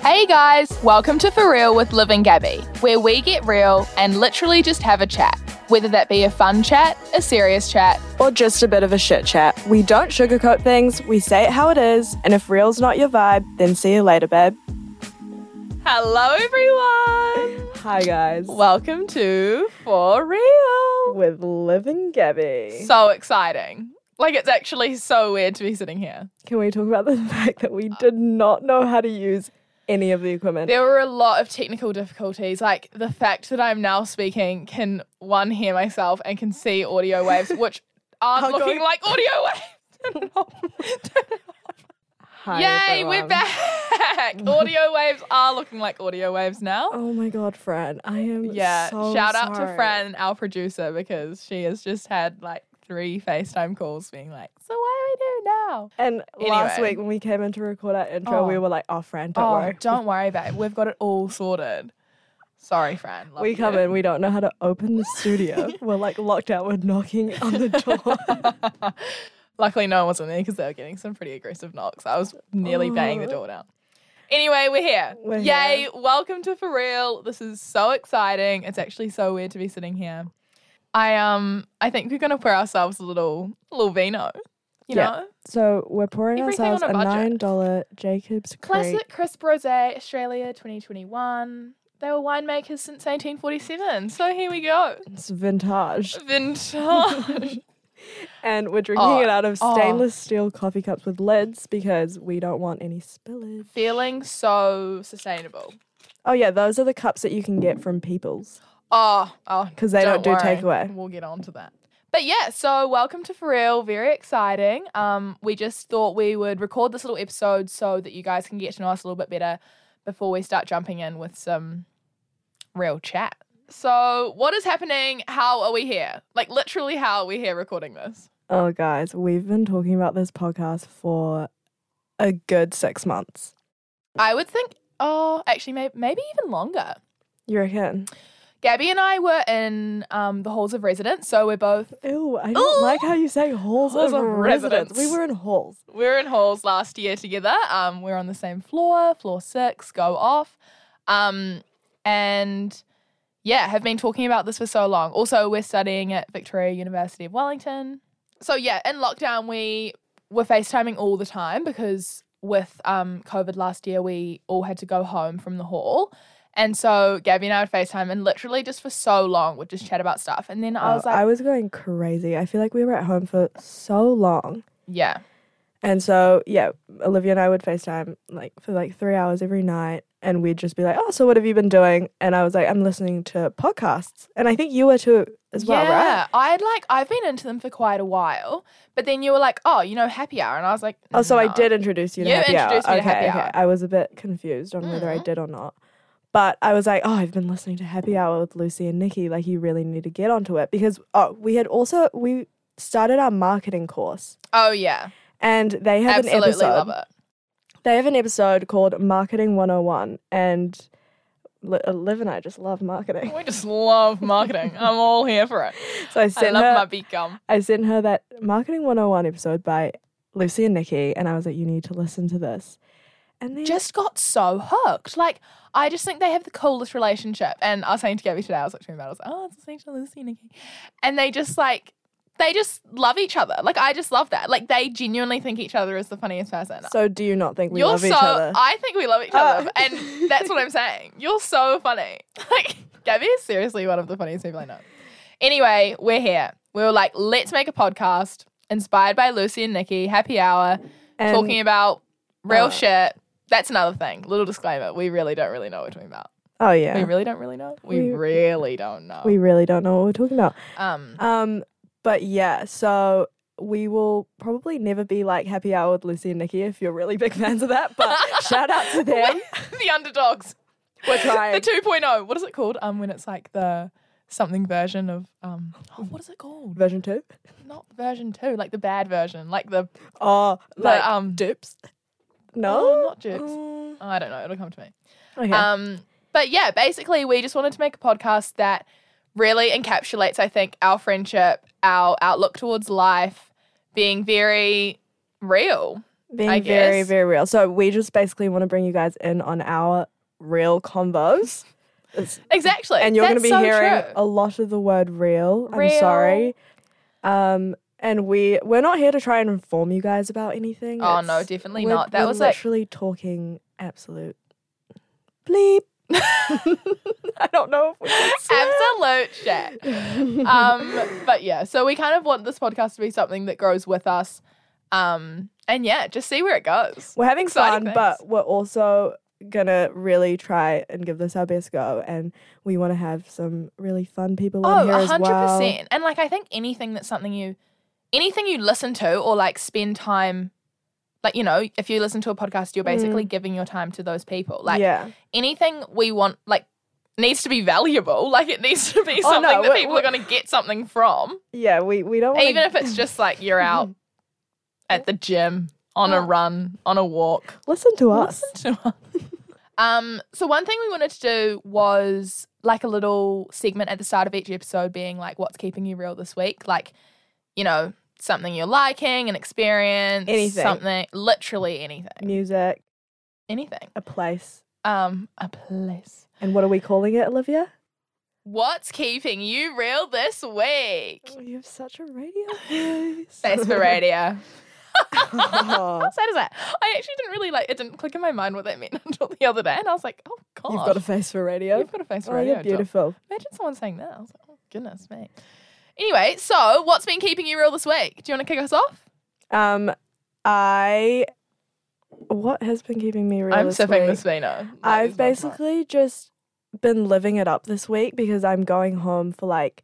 Hey guys, welcome to For Real with Liv and Gabby, where we get real and literally just have a chat. Whether that be a fun chat, a serious chat, or just a bit of a shit chat. We don't sugarcoat things, we say it how it is, and if real's not your vibe, then see you later, babe. Hello everyone! Hi guys. Welcome to For Real! With Liv and Gabby. So exciting. Like it's actually so weird to be sitting here. Can we talk about the fact that we did not know how to use any of the equipment? There were a lot of technical difficulties, like the fact that I'm now speaking can one hear myself and can see audio waves, which aren't I'll go- looking like audio waves. Turn it off. Turn it off. Hi, Yay, we're everyone. back. audio waves are looking like audio waves now. Oh my god, Fran. I am yeah, so shout out to sorry. Fran, our producer, because she has just had like three FaceTime calls being like, so what do we do now? And last Anyway. week when we came in to record our intro, Oh. we were like, oh, Fran, don't oh, worry. don't worry, babe. We've got it all sorted. Sorry, Fran. Love We you. come in, we don't know how to open the studio. We're like locked out, we're knocking on the door. Luckily, no one was in there because they were getting some pretty aggressive knocks. I was nearly banging the Oh. door down. Anyway, we're here. We're Yay. here. Welcome to For Real. This is so exciting. It's actually so weird to be sitting here. I um I think we're gonna pour ourselves a little little vino. You Yeah. know? So we're pouring Everything ourselves on a, a budget. nine dollar Jacob's Classic Creek. crisp rosé, Australia 2021. They were winemakers since 1847. So here we go. It's vintage, Vintage. and we're drinking Oh, it out of oh. stainless steel coffee cups with lids because we don't want any spillage. Feeling so sustainable. Oh yeah, those are the cups that you can get from People's Oh, oh, because they don't, do worry. takeaway. We'll get on to that. But yeah, so welcome to For Real. Very exciting. Um, we just thought we would record this little episode so that you guys can get to know us a little bit better before we start jumping in with some real chat. So, what is happening? How are we here? Like, literally, how are we here recording this? Oh guys, we've been talking about this podcast for a good six months. I would think, oh, actually, may- maybe even longer. You reckon? Gabby and I were in um, the halls of residence, so we're both Ew, I don't Ooh. like how you say halls, Halls of, of residence. residence. We were in halls. We were in halls last year together. Um, we were on the same floor, floor six, go off. Um, and yeah, have been talking about this for so long. Also, we're studying at Victoria University of Wellington. So yeah, in lockdown we were FaceTiming all the time because with um COVID last year we all had to go home from the hall. And so Gabby and I would FaceTime and literally just for so long would just chat about stuff. And then I Oh, was like, I was going crazy. I feel like we were at home for so long. Yeah. And so, yeah, Olivia and I would FaceTime like for like three hours every night. And we'd just be like, oh, so what have you been doing? And I was like, I'm listening to podcasts. And I think you were too as well, right? I'd like I've been into them for quite a while, but then you were like, oh, you know, happy hour, and I was like, Oh, so I no. did introduce you to You Happy Hour. introduced me to okay, Happy okay. Hour. I was a bit confused on whether I Mm. did or not. But I was like, oh, I've been listening to Happy Hour with Lucy and Nikki. Like, you really need to get onto it because, oh, we had also, we started our marketing course Oh yeah, and they have an absolutely episode. love it. they have an episode called Marketing 101 and Li- uh, Liv and I just love marketing. We just love marketing. I'm all here for it. So I I sent love her my beat gum. I sent her that Marketing 101 episode by Lucy and Nikki and I was like you need to listen to this. And then Just got so hooked. Like I just think they have the coolest relationship. And I was saying to Gabby today, I was like talking about, it, I was like, oh, it's listening to Lucy and Nikki, and they just like. They just love each other. Like I just love that. Like they genuinely think each other is the funniest person. so do you not think we You're love so. each other? I think we love each other, Oh. and that's what I'm saying. You're so funny. Like Gabby is seriously one of the funniest people I know. Anyway, we're here. We were like, let's make a podcast inspired by Lucy and Nikki. Happy hour, And talking about real uh, shit. That's another thing. Little disclaimer: we really don't really know what we're talking about. Oh yeah. We really don't really know. We, We- really don't know. we really don't know what we're talking about. um, Um but yeah, so we will probably never be like Happy Hour with Lucy and Nikki if you're really big fans of that, but shout out to them. the underdogs. We're trying. The 2.0. What is it called? Um, when it's like the something version of um, oh, what is it called? Version 2? not version two, like the bad version, like the Oh, the like um. dips? Oh, No, not jokes. Mm, I don't know. It'll come to me. okay. Um, but yeah, basically, we just wanted to make a podcast that really encapsulates, I think, our friendship, our outlook towards life, being very real Being I very, guess. very real. So we just basically want to bring you guys in on our real combos. It's- Exactly. and you're going That's to be so hearing true. a lot of the word real. I'm sorry. Um, and we we're not here to try and inform you guys about anything. Oh no, It's- definitely we're- not. That we're was like literally talking absolute bleep. I don't know if we can absolute shit. swear. Um, but yeah, so we kind of want this podcast to be something that grows with us. Um, and yeah, just see where it goes. We're having fun, Exciting things. but we're also gonna really try and give this our best go. And we want to have some really fun people on Oh, here a as hundred well. percent. And like, I think anything that's something you, anything you listen to or like spend time, like you know, if you listen to a podcast, you're basically giving your time to those people. Like Mm. yeah, anything we want, like needs to be valuable. Like it needs to be Oh, something no, that we- people we- are going to get something from, yeah. We we don't wanna- even if it's just like you're out at the gym on Oh. a run on a walk. listen to us. Listen to us. um, so one thing we wanted to do was like a little segment at the start of each episode being like what's keeping you real this week? Like, you know, something you're liking, an experience, Anything. something literally anything. Music, Anything. a place, Um, a place. and what are we calling it, Olivia? What's keeping you real this week? Oh, You have such a radio voice. That's for radio. Oh, How sad is that? I actually didn't really like it didn't click in my mind what that meant until the other day and I was like, oh god. You've got a face for radio. You've got a face for Oh, radio. you're Joel. beautiful. Imagine someone saying that. I was like, oh, goodness me. Anyway, so what's been keeping you real this week? Do you want to kick us off? Um, I. What has been keeping me real? I'm this sipping week? this vino. That is I've my plan. basically just been living it up this week because I'm going home for like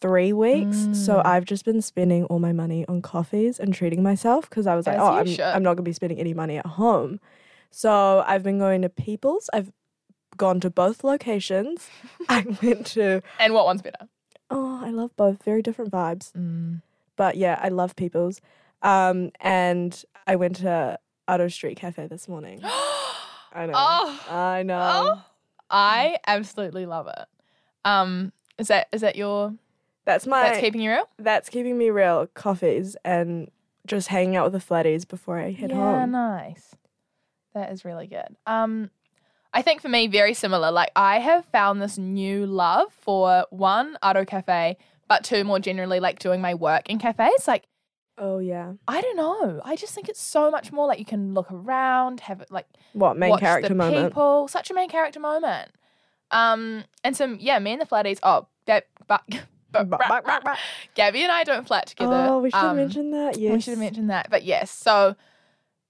three weeks. So Mm. I've just been spending all my money on coffees and treating myself because I was like, As oh, you I'm, should. I'm not going to be spending any money at home. So I've been going to People's. I've gone to both locations. I went to, And what one's better? oh, I love both. Very different vibes. But yeah, I love People's. Um, and I went to Otto Street Cafe this morning. I know. Oh. I know. oh, I absolutely love it. Um, is that is that your That's my that's keeping you real? that's keeping me real coffees and just hanging out with the flatties before I head yeah, home. nice. That is really good. Um, I think for me, very similar. Like I have found this new love for one Ardo Cafe, but two more generally, like doing my work in cafes. Like Oh yeah. I don't know. I just think it's so much more like you can look around, have it like What main watch character the moment? people, such a main character moment. Um, and some yeah, me and the flatties. Oh, that but, but, Ba- ba- ba- ba. Gabby and I don't flat together. Oh, we should have Um, mentioned that. Yes. We should have mentioned that. But yes, so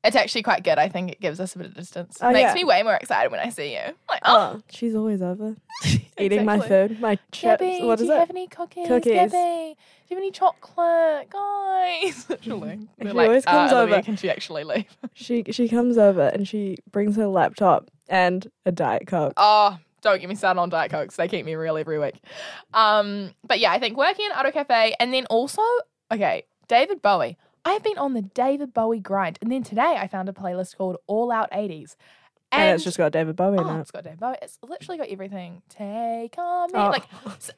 it's actually quite good. I think it gives us a bit of distance. Oh, Makes yeah. me way more excited when I see you. Like, oh, Oh, she's always over eating my Exactly. food, my chips. Gabby, what do is you have it? any cookies? Cookies. Gabby, do you have any chocolate? Guys. Literally. We're uh, She always comes Olivia, over. Can she actually leave? She she comes over and she brings her laptop and a diet coke. Oh, don't get me started on Diet Cokes. They keep me real every week. Um, but yeah, I think working in Auto Cafe and then also, okay, David Bowie. I have been on the David Bowie grind. And then today I found a playlist called All Out 80s. And, it's just got David Bowie oh, in it. it's got David Bowie. It's literally got everything. Take on me. Oh. Like, s-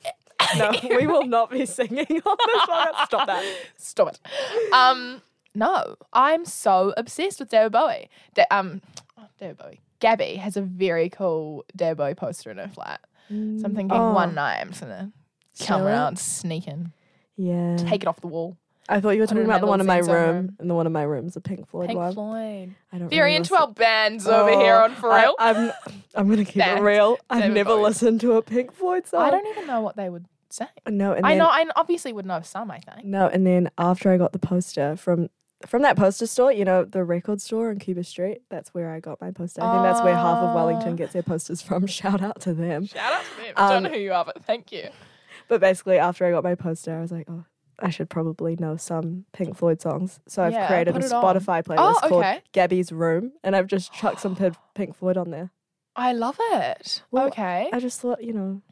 No, we will not be singing on this one. Stop that. Stop it. Um, no, I'm so obsessed with David Bowie. Da- um, oh, David Bowie. Gabby has a very cool David Bowie poster in her flat. So I'm thinking Oh, one night I'm just gonna Sell come it? Mm. around, sneak in, Yeah. take it off the wall. I thought you were Put it in talking about my the one in my little zone room, room. and the one in my room is a Pink Floyd Pink one. Floyd. I don't Very really into listen- our bands over here Oh, on For Real. I, I, am I'm gonna keep it Band. real. I've David never Bowie. listened to a Pink Floyd song. don't even know what they would say. No, and I then, know. I obviously would know some. I think. No, and then after I got the poster from from that poster store, you know, the record store on Cuba Street. That's where I got my poster. I think that's where half of Wellington Ah. gets their posters from. Shout out to them. Shout out to them. I Um, don't know who you are, but thank you. But basically, after I got my poster, I was like, oh. I should probably know some Pink Floyd songs. So I've Yeah, created a put it on. Spotify playlist Oh, called okay. Gabby's Room, and I've just chucked some Pin- Pink Floyd on there. I love it. Well, okay. I just thought, you know,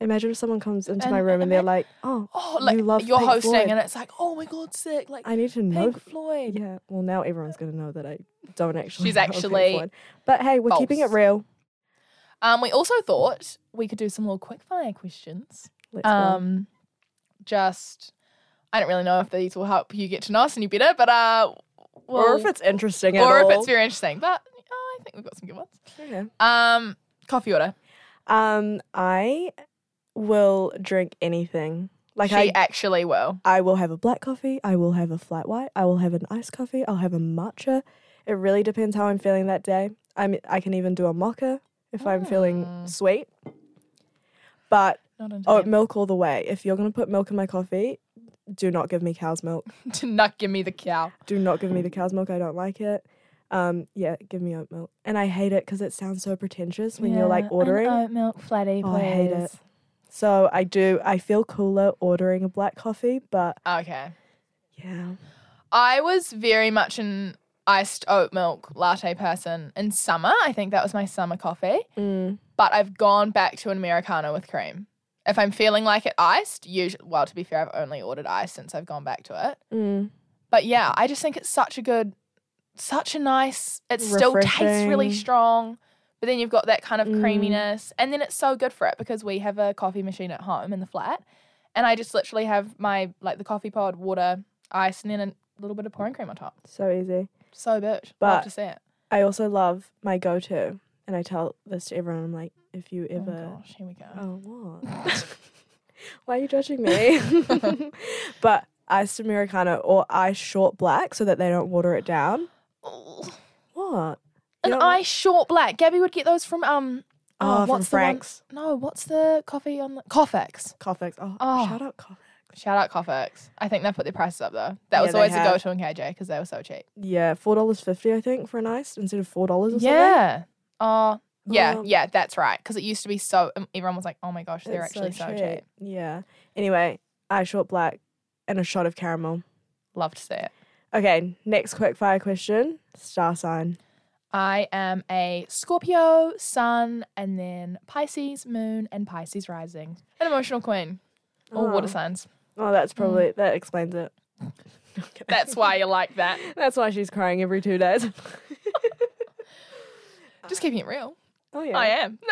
imagine if someone comes into my And- room and they're ima- like, oh, oh, like you you love are Pink hosting, Floyd. and it's like, oh my god, sick! Like I need to know. Pink Floyd. Yeah, well, now everyone's going to know that I don't actually. She's know Pink actually Floyd. But hey, we're keeping it false. real. Um, we also thought we could do some little quickfire questions. Let's go. Um, just I don't really know if these will help you get to know us any better, but uh, or Well, if it's interesting at or all. if it's very interesting. But oh, I think we've got some good ones. Okay. Um, coffee order. Um, I will drink anything. Like she I, actually will. I will have a black coffee. I will have a flat white. I will have an iced coffee. I'll have a matcha. It really depends how I'm feeling that day. I mean, I can even do a mocha if I'm feeling Mm. sweet. But Not into oh, that. milk all the way. If you're gonna put milk in my coffee, do not give me cow's milk. to not give me the cow. Do not give me the cow's milk. I don't like it. Um, yeah, give me oat milk. And I hate it because it sounds so pretentious when you're like ordering. oat milk flatty, Oh, I hate it. So I do. I feel cooler ordering a black coffee, but Okay. yeah, I was very much an iced oat milk latte person in summer. I think that was my summer coffee. mm. But I've gone back to an Americano with cream. If I'm feeling like it iced, usually, well, to be fair, I've only ordered iced since I've gone back to it. Mm. But yeah, I just think it's such a good, such a nice, it still tastes really Refreshing. strong. But then you've got that kind of Mm. creaminess. And then it's so good for it because we have a coffee machine at home in the flat. And I just literally have my, like, the coffee pod, water, ice, and then a little bit of pouring cream on top. so easy. So bitch. But- Love to see it. I also love my go-to, and I tell this to everyone. I'm like, if you Oh ever, gosh, here we go. oh, what? Why are you judging me? but iced americano or ice short black so that they don't water it down. Oh. What? You An don't ice short black. Gabby would get those from um Oh, oh, from what's the one- Frank's. No, what's the coffee on the Coffex. like Coffex. Oh, Oh. shout out Coffex. Shout out Coffex. I think they put their prices up though. That Yeah, was they always a have. go to in KJ because they were so cheap. Yeah, four dollars fifty, I think, for an iced instead of four dollars. or something. Yeah. Oh, yeah, Um, yeah, that's right. Because it used to be so, um, everyone was like, oh my gosh, they're It's actually so cheap. Yeah. Anyway, eye short black and a shot of caramel. Love to see it. Okay, next quick fire question. Star sign. I am a Scorpio, Sun, and then Pisces, Moon, and Pisces Rising. An emotional queen. All water Oh. signs. Oh, that's probably that explains it. Okay. Mm. That's why you like that. That's why she's crying every two days. Just keeping it real. oh yeah. I am.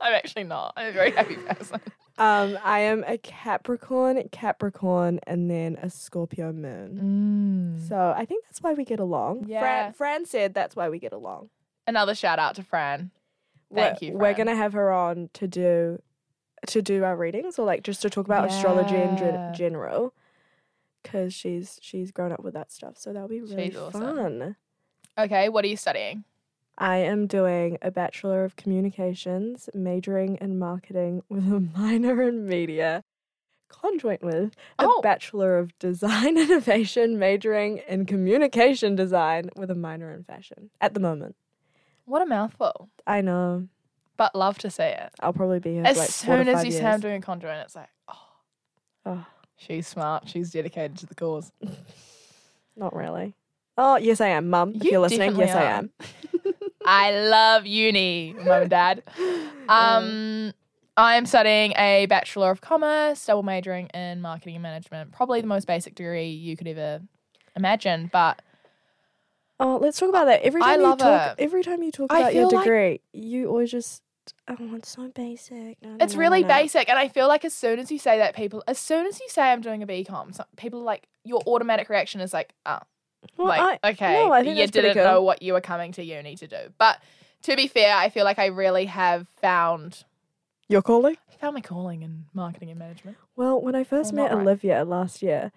I'm actually not. I'm a very happy person. Um, I am a Capricorn, Capricorn, and then a Scorpio moon. So I think that's why we get along. Mm. Yeah. Fran, Fran said that's why we get along. Another shout out to Fran. Thank we're, you, We're Fran. gonna have her on to do to do our readings, or like just to talk about astrology in Yeah. gen- general, because she's she's grown up with that stuff. So that'll be really She's awesome. fun. Okay, what are you studying? I am doing a bachelor of communications, majoring in marketing with a minor in media, conjoint with a Oh. bachelor of design innovation, majoring in communication design with a minor in fashion. At the moment, What a mouthful. I know But love to see it. I'll probably be here As for like four to soon as five you years. say I'm doing a conjoint, it's like, oh, Oh. she's smart. She's dedicated to the cause. Not really. Oh, yes, I am, Mum. If You you are listening, definitely yes, are. I am. I love uni, mum and dad. Um, I am studying a Bachelor of Commerce, double majoring in marketing and management. Probably the most basic degree you could ever imagine, but oh, let's talk about that. Every time I love you talk, it. every time you talk I about your feel like- degree, you always just oh, it's so basic. No, no, It's no, really no. basic, and I feel like as soon as you say that, people, as soon as you say I'm doing a BCom, so people are like your automatic reaction is like, oh, Well, like uh, I- okay, no, I think you that's pretty didn't know cool. what you were coming to uni to do. But to be fair, I feel like I really have found You're calling? found my calling in marketing and management. Well, when I first Well, met not right. Olivia last year,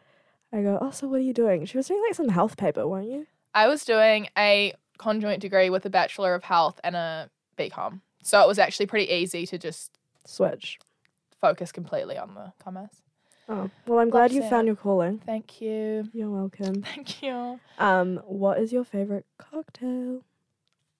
I go, oh, so what are you doing? She was doing like some health paper, weren't you? I was doing a conjoint degree with a Bachelor of Health and a BCom, so it was actually pretty easy to just Switch. focus completely on the commerce. Oh, well, I'm glad to you see found it. your calling. Thank you, You're welcome. thank you. Um, what is your favorite cocktail?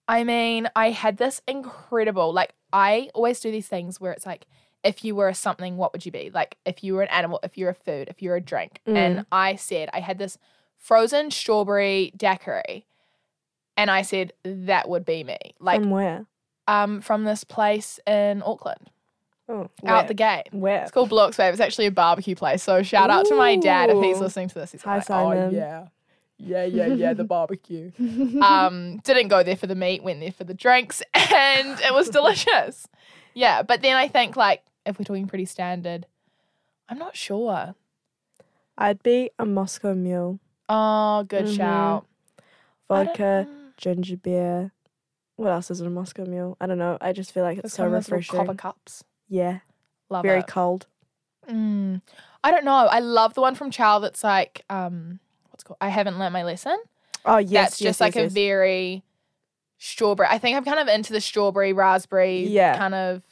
I mean, I had this incredible, like, I always do these things where it's like, if you were a something, what would you be? Like, if you were an animal, if you're a food, if you're a drink. Mm. And I said, I had this frozen strawberry daiquiri. And I said, that would be me. Like, From where? um, from this place in Auckland, Oh, out the where? gate. where? It's called Blocks Wave. It's actually a barbecue place. So shout out to my dad if he's Ooh. listening to this. He's Hi, like, Simon." oh, yeah. Yeah, yeah, yeah, the barbecue um, didn't go there for the meat, went there for the drinks, and it was delicious. Yeah, but then I think like if we're talking pretty standard, I'm not sure. I'd be a Moscow mule. Oh, good Mhm. shout. I don't- Vodka, mm, ginger beer. What else is in a Moscow Mule? I don't know. I just feel like it's It's so kind of those little refreshing. copper cups. Yeah, Love very it. cold. Mm. I don't know. I love the one from Chow that's like, um, what's it called? I haven't learnt my lesson. Oh yes, that's yes, just like yes, a yes. very strawberry. I think I'm kind of into the strawberry, raspberry Yeah. kind of.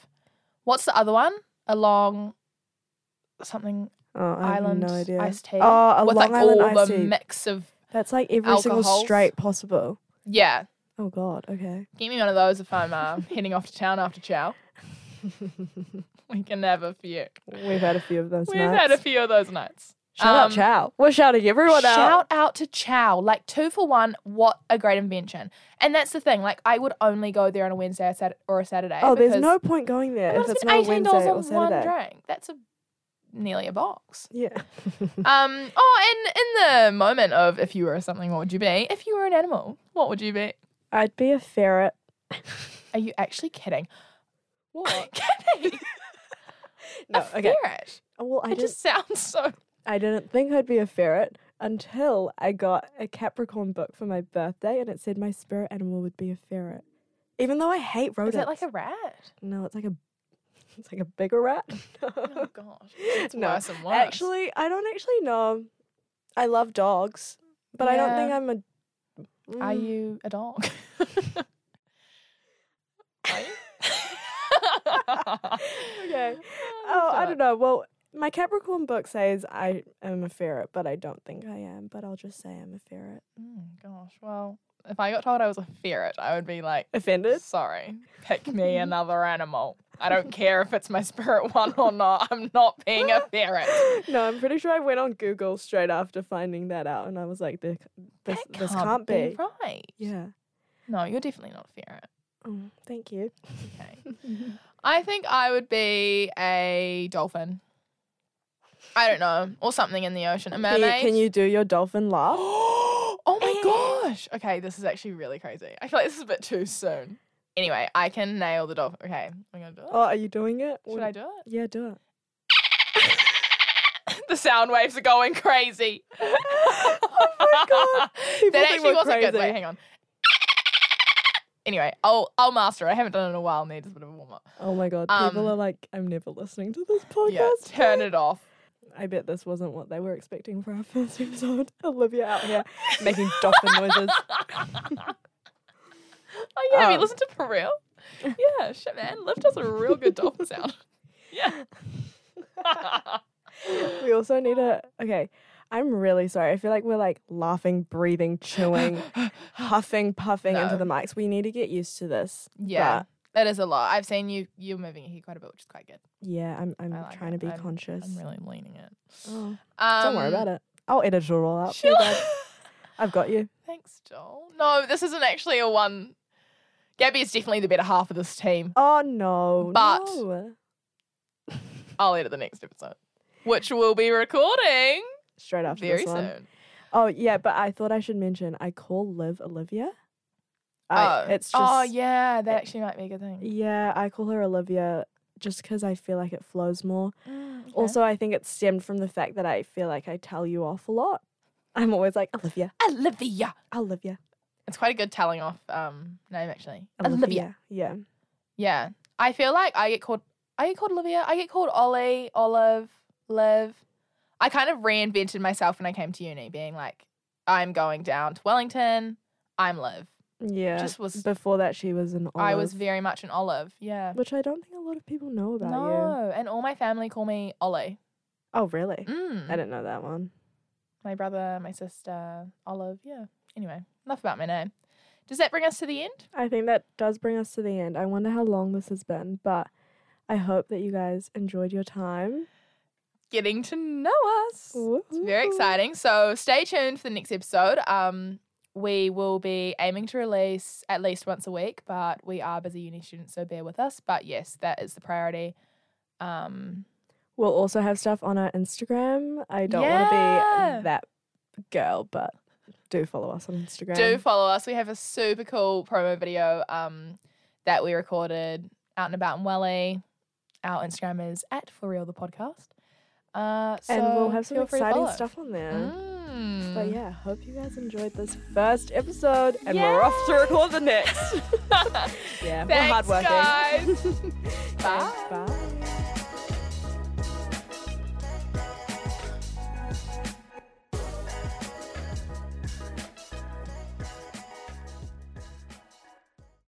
What's the other one? A long something oh, I have island no idea. iced tea. Oh, a with Long like Island all iced the tea. mix of That's like every single alcohols. straight possible. yeah. Oh god. Okay. Give me one of those if I'm uh, heading off to town after chow. We can have a few. We've had a few of those We've nights. had a few of those nights. Shout out um, Chow. We're shouting everyone out. Shout out to Chow. Like two for one, what a great invention. And that's the thing. Like I would only go there on a Wednesday or, Sat- or a Saturday. Oh, there's because- no point going there I'm if gonna it's not spend a eighteen Wednesday dollars on or one Saturday. drink. That's a nearly a box. Yeah. Um. Oh, and in the moment of if you were something, what would you be? If you were an animal, what would you be? I'd be a ferret. Are you actually kidding? What? kidding? no, a okay. ferret. Well, I It didn't, just sounds so. I didn't think I'd be a ferret until I got a Capricorn book for my birthday, and it said my spirit animal would be a ferret. Even though I hate Is rodents. it like a rat? No, it's like a, it's like a bigger rat. Oh gosh, it's No, worse and worse. Actually, I don't actually know. I love dogs, but I don't think Yeah. I'm a. are Mm. you a dog? Are you? Okay. Oh, I don't know. Well, my Capricorn book says I am a ferret, but I don't think I am. But I'll just say I'm a ferret. Mm, gosh. Well, if I got told I was a ferret, I would be like, Offended? Sorry. Pick me another animal. I don't care if it's my spirit one or not. I'm not being a ferret. no, I'm pretty sure I went on Google straight after finding that out, and I was like, "This, this, That this can't be." right. Yeah. No, you're definitely not a ferret. Oh, thank you. Okay. I think I would be a dolphin. I don't know, or something in the ocean. A Can you, mermaid. can you do your dolphin laugh? oh my gosh. Okay, this is actually really crazy. I feel like this is a bit too soon. Anyway, I can nail the dolphin. Okay, I'm gonna do it. Oh, are you doing it? Should I do it? Yeah, do it. the sound waves are going crazy. oh my God. People that think actually we're wasn't good. crazy. Wait, hang on. Anyway, I'll I'll master it. I haven't done it in a while. Needs a bit of a warm up. Oh my god, people Um, are like, "I'm never listening to this podcast." Yeah, turn it off. I bet this wasn't what they were expecting for our first episode. Olivia out here making dolphin noises. Oh yeah, we Um, listened to for real. Yeah, shit, man. Liv does a real good dolphin sound. Yeah. We also need a okay. I'm really sorry. I feel like we're like laughing, breathing, chewing, huffing, puffing into No. the mics. We need to get used to this. yeah, that is a lot. I've seen you you moving your head quite a bit, which is quite good. Yeah, I'm I'm I like trying it. to be I'm- conscious. I'm really leaning it. oh, Um, don't worry about it. I'll edit it all out. She'll- I've got you. Thanks, Joel. No, this isn't actually a one. Gabby is definitely the better half of this team. Oh no. But- no. I'll edit the next episode, which we'll be recording straight after very this one. soon. Oh yeah, but I thought I should mention I call Liv Olivia. I, oh. it's just oh, yeah, that actually might be a good thing. Yeah, I call her Olivia just because I feel like it flows more. Mm, okay. Also, I think it stemmed from the fact that I feel like I tell you off a lot. I'm always like, Olivia, Olivia. Olivia, It's quite a good telling off um, name, actually. Olivia. Olivia. Yeah. Yeah. I feel like I get called, I get called Olivia. I get called Ollie, Olive, Liv. I kind of reinvented myself when I came to uni, being like, I'm going down to Wellington. I'm Liv. Yeah. Just was Before that, she was an olive. I was very much an olive. Yeah. Which I don't think a lot of people know about you. no, and all my family call me Ollie. Oh, really? I Mm. didn't know that one. My brother, my sister, Olive. Yeah. Anyway, enough about my name. Does that bring us to the end? I think that does bring us to the end. I wonder how long this has been, but I hope that you guys enjoyed your time. Getting to know us. It's very Woohoo. exciting. So stay tuned for the next episode. Um, we will be aiming to release at least once a week, but we are busy uni students, so bear with us. But yes, that is the priority. Um, We'll also have stuff on our Instagram. I don't want to Yeah. be that girl, but do follow us on Instagram. do follow us. We have a super cool promo video um, that we recorded out and about in Welly. Our Instagram is at For Real The Podcast. Uh, and so we'll have some feel free to exciting follow. stuff on there. Mm. But yeah, hope you guys enjoyed this first episode, and we're off to record the next. yeah, we're Thanks, hardworking. guys. Bye. Bye.